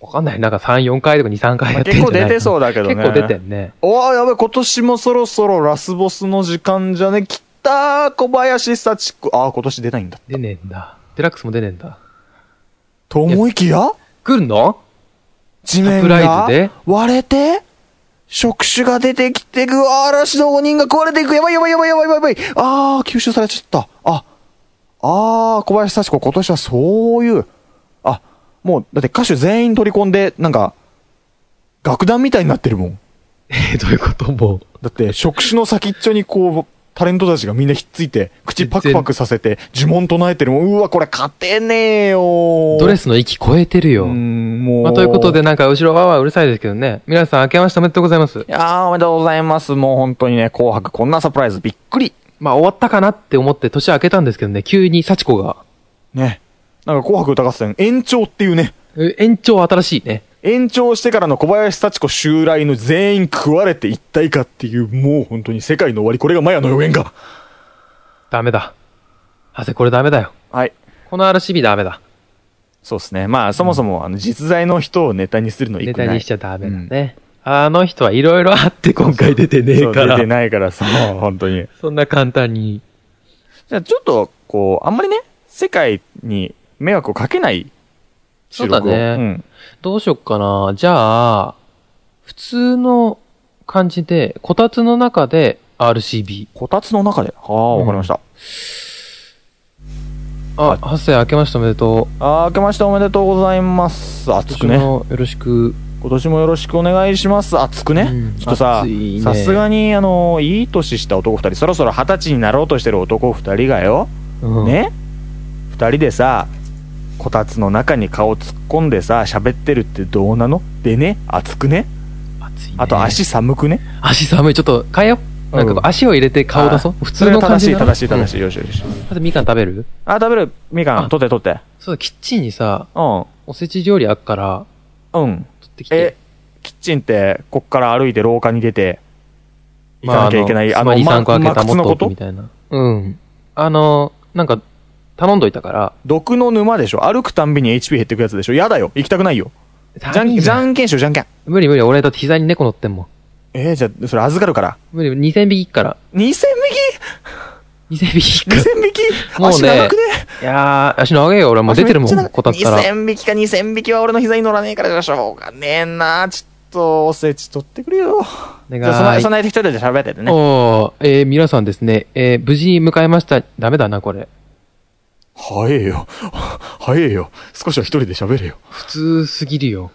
わかんない。なんか3、4回とか2、3回
ま
や
あ
ってんじ
結
ゃな
構
い
出てそうだけどね。
結構出てんね。
おー、やべ、今年もそろそろラスボスの時間じゃね。きたー、小林幸子。あー、今年出ないんだ。
出ねえんだ。デラックスも出ねえんだ。
と思いきや
来るの
地
サ
面
プ
が
ライズで
割れて触手が出てきてく。あー嵐の5人が壊れていく。やばいやばいやばいやばいやばい。あー、吸収されちゃった。あ、あー、小林幸子今年はそういう。あ、もう、だって歌手全員取り込んで、なんか、楽団みたいになってるもん。
え、どういうこともう。
だって、触手の先っちょにこう、タレントたちがみんなひっついて、口パクパクさせて、呪文唱えてるもん。うわ、これ勝てねえよー
ドレスの域超えてる
う
よ。
ん、もう。
まあ、ということで、なんか、後ろわーわーうるさいですけどね。皆さん、明けましておめでとうございます
い。やー、おめでとうございます。もう本当にね、紅白こんなサプライズびっくり。
まあ、終わったかなって思って年明けたんですけどね、急に幸子が、
ね。なんか紅白歌合戦延長っていうね、
え延長新しいね。
延長してからの小林幸子襲来の全員食われて一体化っていう、もう本当に世界の終わり、これがマヤの予言か。
ダメだ。ハセ、これダメだよ。
はい。
この RCB ダメだ。
そうですね。まあ、そもそも、あの、実在の人をネタにするの
ネ
良く
タ
ない。
にしちゃダメだね。あの人はいろいろあって今回出てね
そ
え
う
か
出
ら
て。ないから、そう、本当に。
そんな簡単に。
じゃあ、ちょっと、こう、あんまりね、世界に迷惑をかけない収録を。
そうだね
ん。
どうしよっかな。じゃあ、普通の感じで、こたつの中で RCB。
こたつの中で。はあ、わかりました。
あ、ハセ明けましておめでとう。
あー、明けましておめでとうございます。暑く
今年
ね。
もよろしく。
今年もよろしくお願いします。暑くね。
うん
ちょっとさ
暑い、ね
さすがに、あの、いい年した男二人、そろそろ二十歳になろうとしてる男二人がよ、
うん、
ね二人でさこたつの中に顔突っ込んでさ喋ってるってどうなのでね暑くね
暑いね
あと足寒くね
足寒いちょっと変えようなんかこ
うん
う足を入れて顔出そう普通の感じ
それは正しい正しい正しい、
い
よしよしよし
あとみかん食べる
あ食べるみかん
あ
取って取って
そうキッチンにさ
うん
おせち料理あっから
うん
取ってき
え
て
キッチンってこっから歩いて廊下に出て行かなきゃいけない、
まあ、あのつまり3個開けた
ま
も
の
っ
ことと
みたいなうんあのなんか頼んどいたから
毒の沼でしょ歩くたんびに HP 減ってくやつでしょやだよ行きたくないよじゃんじゃんけんしようじゃんけん
無理無理俺だって膝に猫乗ってんもん
えー、じゃあそれ預かるから
無理2000匹いっから
2000匹 <laughs>
2000匹いっか
2000匹
もうね
足長くね
らいやー足長えよ俺もう出てるもんこたつから
2000匹か2000匹は俺の膝に乗らねえからしょうがねえなちょっとおせち取ってくれよ
お
じゃあその
願い
その間一人で喋っててね
おーえー皆さんですね、えー無事迎えました。ダメだな、これ。
早えよ早えよ少しは一人で喋れよ
普通すぎるよ。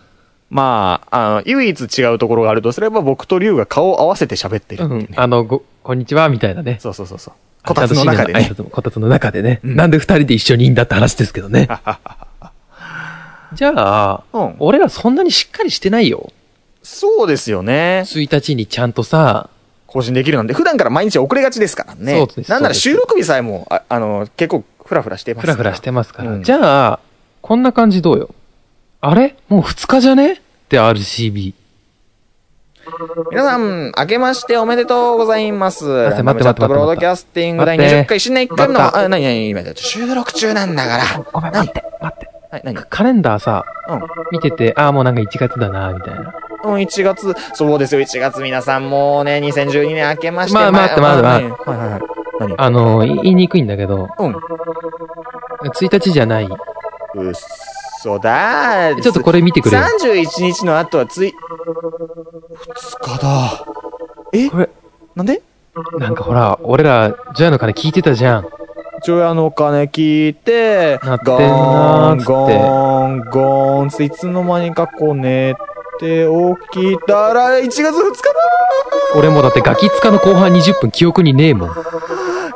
まあ、あの、唯一違うところがあるとすれば、僕と龍が顔を合わせて喋ってる
う
っていうね
ん。あの、ご、こんにちは、みたいなね。
そうそうそうそう。こたつの中で
あちゃん
ね
と。新年の挨拶もこたつの中でね。
うん
なんで二人で一緒にいいんだって話ですけどね。 <laughs> じゃあ、
うん。
俺らそんなにしっかりしてないよ。
そうですよね。
1日にちゃんとさ、
更新できるなんて、普段から毎日遅れがちですからね。
そうです
なんなら
そう
収録日さえも、ああの、結構、フラフラしてます。
ふらふらし。てますから。
うん
じゃあ、こんな感じどうよ。あれもう二日じゃねって RCB。
皆さん、明けましておめでとうございます。
待って
ランダムチャットブロードキャスティング第
待って
20回、新年1回目
待っ
の、
て
あ、なになに今、収録中なんだから。
ごめん、待って、待って。
はい、なに
カレンダーさ、
うん。
見てて、ああ、もうなんか1月だな、みたいな。
うん、1月、そうですよ、1月皆さん、もうね、2012年明けまして。
まあ待って待って
って。はいはいはい。何
あの、い言いにくいんだけど、
う
1
ん。
日じゃない。ちょ
うっそだー。
っとこれ見てくれよ。
31日の後はつい、2日だ。え
これ、
なんで
なんかほら、俺ら、ジョヤの金聞いてたじゃん。
ジョヤの鐘聞いて、
なってんなーっつって
ゴーン、ゴーン、ゴーンっつって、いつの間にかこう寝て起きたら、1月2日
俺もだってガキ使の後半20分記憶にねえもん。
だ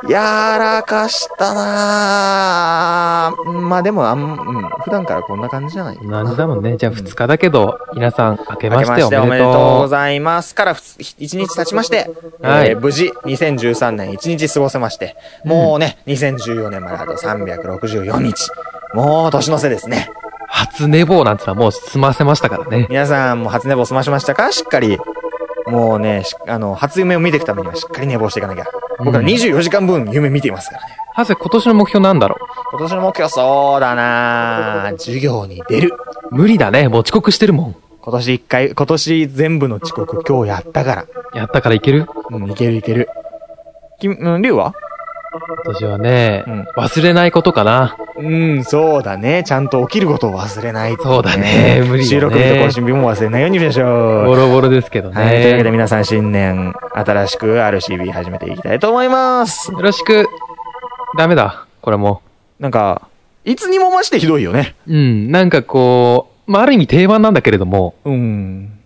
やらかしたなーまあでも、あん、うん、普段からこんな感じじゃない
同じだもんね。じゃあ2日だけど、皆さん、明け
明
ま
け
し
ま
て
し
お
てお
めで
めでとうご
とう。
ざいます。からふつ、1日経ちまして、
はい
えー無事、2013年1日過ごせまして、もうね、2014年まであと364日。もう年の瀬ですね。
初寝坊なんてのはもう済ませましたからね。
皆さんも初寝坊済ましましたかしっかり。もうね、しあの、初夢を見ていくためにはしっかり寝坊していかなきゃ。僕ら
うん
24時間分夢見ていますからね。
はせ、今年の目標なんだろ
今年の目標そうだなぁ授業に出る。
う無理だね。もう遅刻してるもん。
今年一回、今年全部の遅刻今日やったから。
やったからいける
うん、いけるいける。君、うん、りゅうは
今年はね、
うん
忘れないことかな。
うん、そうだね。ちゃんと起きることを忘れない、
そうだね無理だね
収録日と更新日も忘れないようにしまし
ボ
ょう。
ロボロですけどね。
はい。というわけで皆さん新年、新しく RCB 始めていきたいと思います。
よろしく。ダメだ。これも。
なんか、いつにも増してひどいよね。
うん。なんかこう、まあ、ある意味定番なんだけれども。
うん。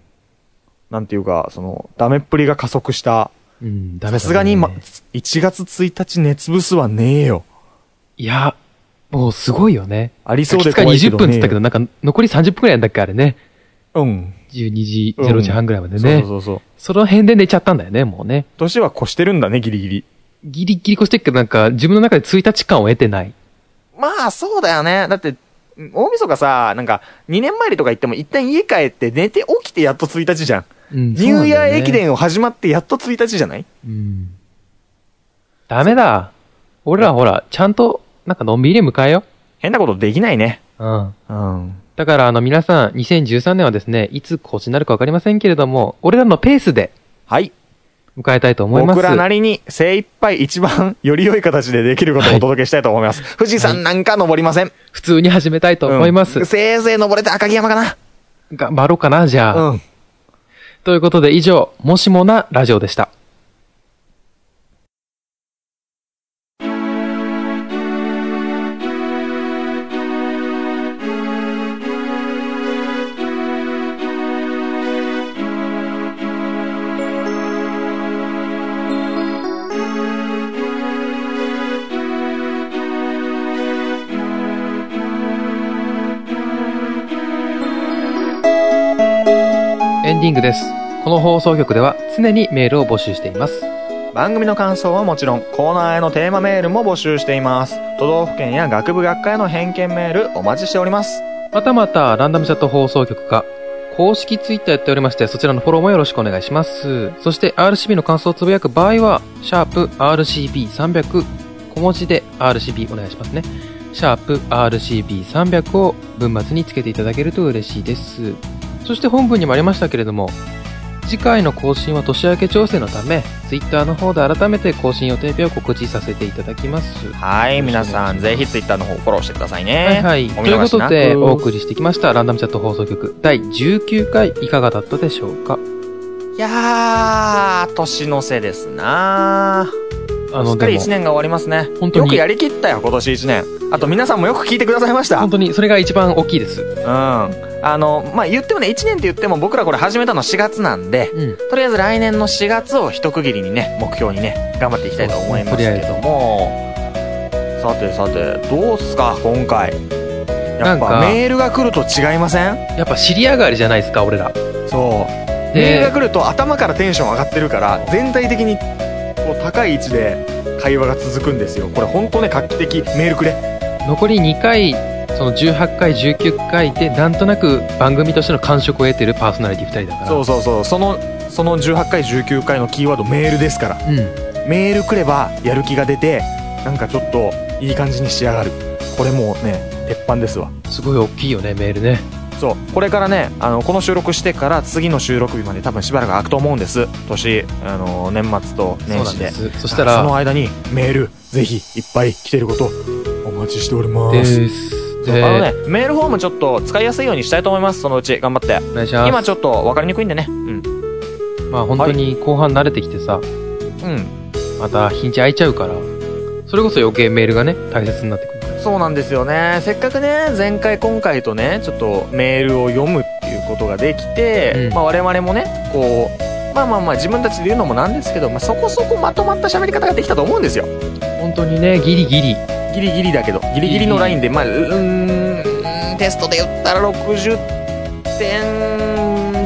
なんていうか、その、ダメっぷりが加速した。
うん、ダメだ、
さ
ね。
すがに、ま、1月1日寝つぶすはねえよ。
いや、もうすごいよね。
ありそう
き
で
つか
怖いけ
20
ど、ね。
分っつったけど、なんか残り30分くらいなんだっけ、あれね。
うん。
12時、
うん
0時半ぐらいまでね。
そう
そ
そうそう。
の辺で寝ちゃったんだよね、もうね。
年は越してるんだね、ギリギリ。
ギリギリ越してっけど、なんか自分の中で1日間を得てない。
まあ、そうだよね。だって、大晦日さ、なんか、2年前とか行っても、一旦家帰って寝て起きてやっと1日じゃん。
うん。
ニューイヤー駅
で
伝を始まってやっと1日じゃない
うん。ダメだ。俺らほら、ちゃんと、なんかのんびり迎えよ
変なことできないね。
う。うん。
うん。
だから、あの、皆さん、2013年はですね、いつ更新になるかわかりませんけれども、俺らのペースで
はい。
迎えたいと思います。
僕らなりに精一杯一番より良い形でできることをお届けしたいと思います。富士山なんか登りません。
普通に始めたいと思います。
うんせいぜい登れて赤城山か
頑張ろうかな、じゃあ。
な。うん。
ということで、以上、もしもなラジオでした。ンディングです。この放送局では常にメールを募集しています。
番組の感想はもちろん、コーナーへのテーマメールも募集しています。都道府県や学部学科への偏見メールお待ちしております。
またまた、ランダムチャット放送局か、公式ツイッターやっておりまして、そちらのフォローもよろしくお願いします。そして、RCB の感想をつぶやく場合は、シャープ RCB300、小文字で RCB お願いしますね。シャープ RCB300 を文末につけていただけると嬉しいです。そして本文にもありましたけれども、次回の更新は年明け調整のため、ツイッターの方で改めて更新予定日を告知させていただきます。
はい、皆さん、ぜひツイッターの方フォローしてくださいね。
はいはい。と
お見
いう
逃
こ
しな
と
く
で、お送りしてきました、ランダムチャット放送局第19回、いかがだったでしょうか
いやー、年の瀬ですな
あ
す
の、
っか
で
り
も
1、年が終わりますね。
本当
よ
に
くやりきったよ、今年1年。あと皆さんもよく聞いてくださいました。
本
うん。
当にそれが一番大きいです。
あの、まあ、言ってもね、1年って言っても僕らこれ始めたの4月なんで、
うん。
とりあえず来年の4月を一区切りにね、目標にね、頑張っていきたいと思いますけども、さてさて、どうっすか、今回。や
な
っ
ん
ぱ
か
メールが来ると違いません
やっぱ尻上がりじゃないですか、俺ら。
そう。メールが
で、
来ると頭からテンション上がってるから、全体的にこう高い位置で会話が続くんですよ。これ本当ね、画期的。メールくれ。
残り2回、その18回、19回で、なんとなく番組としての感触を得てるパーソナリティ2人だから。
そうそうそう。その、その18回、19回のキーワードメールですから。
うん。
メールくればやる気が出て、なんかちょっといい感じに仕上がる。これもうね、鉄板ですわ。
すごい大きいよね、メールね。
そうこれからねあのこの収録してから次の収録日まで多分しばらく空くと思うんです年あの年末と
そ
年
うなん
始
で。
です
そした
あその
ら、
間にメールぜひいっぱい来てることお待ちしておりま
ですす。
そうあのね
で、
メールフォームちょっと使いやすいようにしたいと思いますそのうち頑張って
お願いしま
今
す。
ちょっと分かりにくいんでねうん
まあ本当に後半慣れてきてさ、
うん
また日にち空いちゃうから、それこそ余計メールがね、大切になってくる。
そうなんですよねせっかくね前回今回とねちょっとメールを読むっていうことができて、
うん
まあ、我々もねこうまあまあまあ自分たちで言うのもなんですけど、まあ、そこそこまとまった喋り方ができたと思うんですよ
本当にね、ギリギリ。
ギリギリだけどギリギリのラインでまあうーんテストで言ったら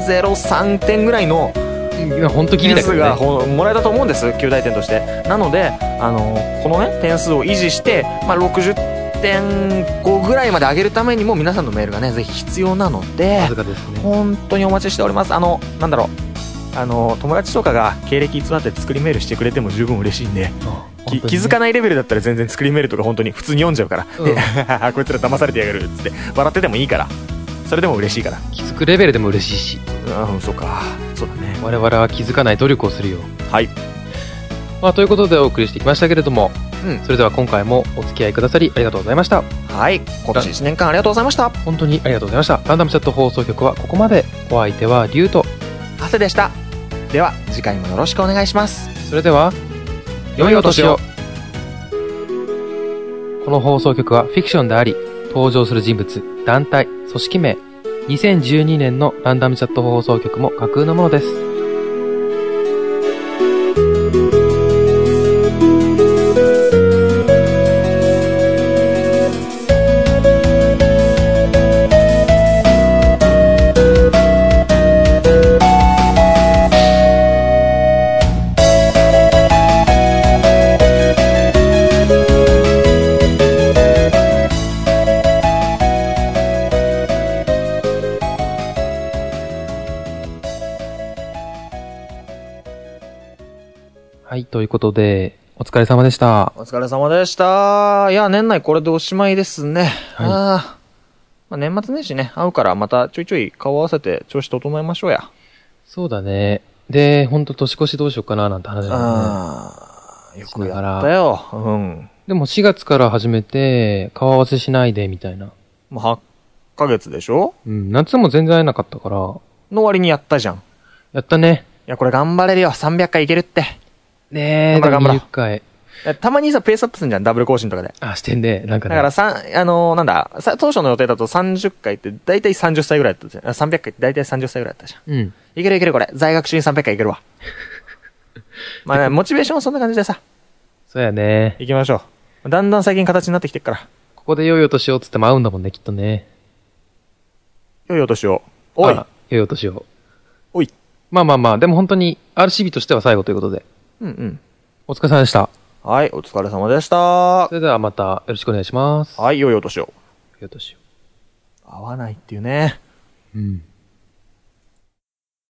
60.03点ぐらいの
いや本当ギリ
点
だけど
数が
ね。
ほもらえたと思うんです9大点としてなのであのこのね点数を維持して、まあ、60.5ぐらいまで上げるためにも皆さんのメールがねぜひ必要なので
わずかですね。
本当にお待ちしておりますあのなんだろうあの友達とかが経歴偽って作りメールしてくれても十分嬉しいんでき気づかないレベルだったら全然作りメールとか本当に普通に読んじゃうから、
うん
で <laughs> こいつら騙されてやがるっつって笑っててもいいからそれでも嬉しいから
気づくレベルでも嬉しいし、
うんそうかそうだね
我々は気づかない努力をするよ。
はい
まあ、ということでお送りしてきましたけれども、
うん
それでは今回もお付き合いくださりありがとうございました。
はい今年1年間ありがとうございました
本当にありがとうございました。ランダムチャット放送局はここまで。お相手はリュウと、
ハセでしたでは次回もよろしくお願いします
それでは、良いお年をこの放送局はフィクションであり、登場する人物、団体、組織名、2012年のランダムチャット放送局も架空のものです。はい、ということで、お疲れ様でした。
お疲れ様でしたいや年内これでおしまいですね、
はい
あーまあ年末年始ね会うからまたちょいちょい顔合わせて調子整えましょうや
そうだね。で、ほんと年越しどうしようかななんて話だね。
ああよ
そ
く
うだ
や
な
ったようん
でも4月から始めて、顔合わせしないで、みたいな。
もう8ヶ月でしょ
うん、夏も全然会えなかったから、
の割にやったじゃん。い
やったね。
や、これ頑張れるよ。300回いけるって。
ねえ、
頑張ろう頑張ろう
20回。
えたまにさ、ペースアップするじゃん。ダブル更新とかで。
あ、してんね。なんか
だ
ね。
から、さ、あのーなんだ、さ当初の予定だと30回って、だいたい30歳ぐらいだったじゃん。あ300回ってだいたい30歳ぐらいだったじゃ
うん。
ん。いけるいけるこれ。在学中に300回いけるわ。 <laughs> まあ、ね、モチベーションはそんな感じでさ、
そうやね。
行きましょう。だんだん最近形になってきてるから。
ここで良いお年をっつっても会うんだもんね、きっとね。
良いお年を。おい
あら良いお年を。
おい。
まあまあまあ、でも本当に RCB としては最後ということで、
うんうん。
お疲れ様でした。
はい、お疲れ様でした。は
それではまたよろしくお願いします。い。
い、良いお年を。
よろしく
合わないっていうね。
うん。